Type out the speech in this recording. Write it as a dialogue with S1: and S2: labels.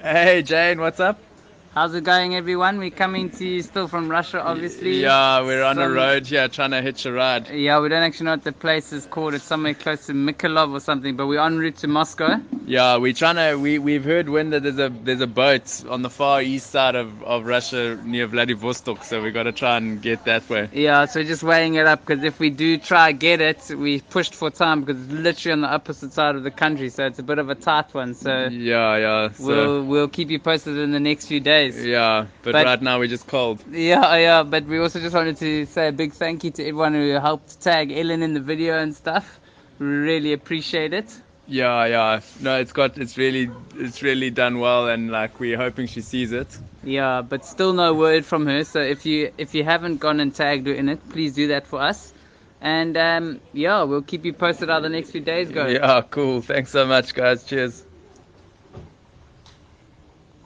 S1: Hey Jane, what's up?
S2: How's it going, everyone? We're coming to you still from Russia, obviously.
S1: Yeah, we're on a
S2: Some-
S1: road here trying to hitch a ride.
S2: Yeah, we don't actually know what the place is called. It's somewhere close to Mykolaiv or something, but we're en route to Moscow.
S1: Yeah, we're trying to. We we've heard wind that there's a there's a boat on the far east side of, of Russia near Vladivostok, so we got to try and get that way.
S2: Yeah, so just weighing it up because if we do try get it, we pushed for time because it's literally on the opposite side of the country, so it's a bit of a tight one. So
S1: Yeah, yeah. So
S2: we'll we'll keep you posted in the next few days.
S1: yeah, but,
S2: But-
S1: right now we're just cold.
S2: Yeah, yeah, but we also just wanted to say a big thank you to everyone who helped tag Ellen in the video and stuff. We Really appreciate it.
S1: Yeah, yeah. No, it's got it's really it's really done well, and like we're hoping she sees it.
S2: Yeah, but still no word from her. So if you if you haven't gone and tagged her in it, please do that for us. And um, yeah, we'll keep you posted how the next few days go.
S1: Yeah, cool. Thanks so much, guys. Cheers.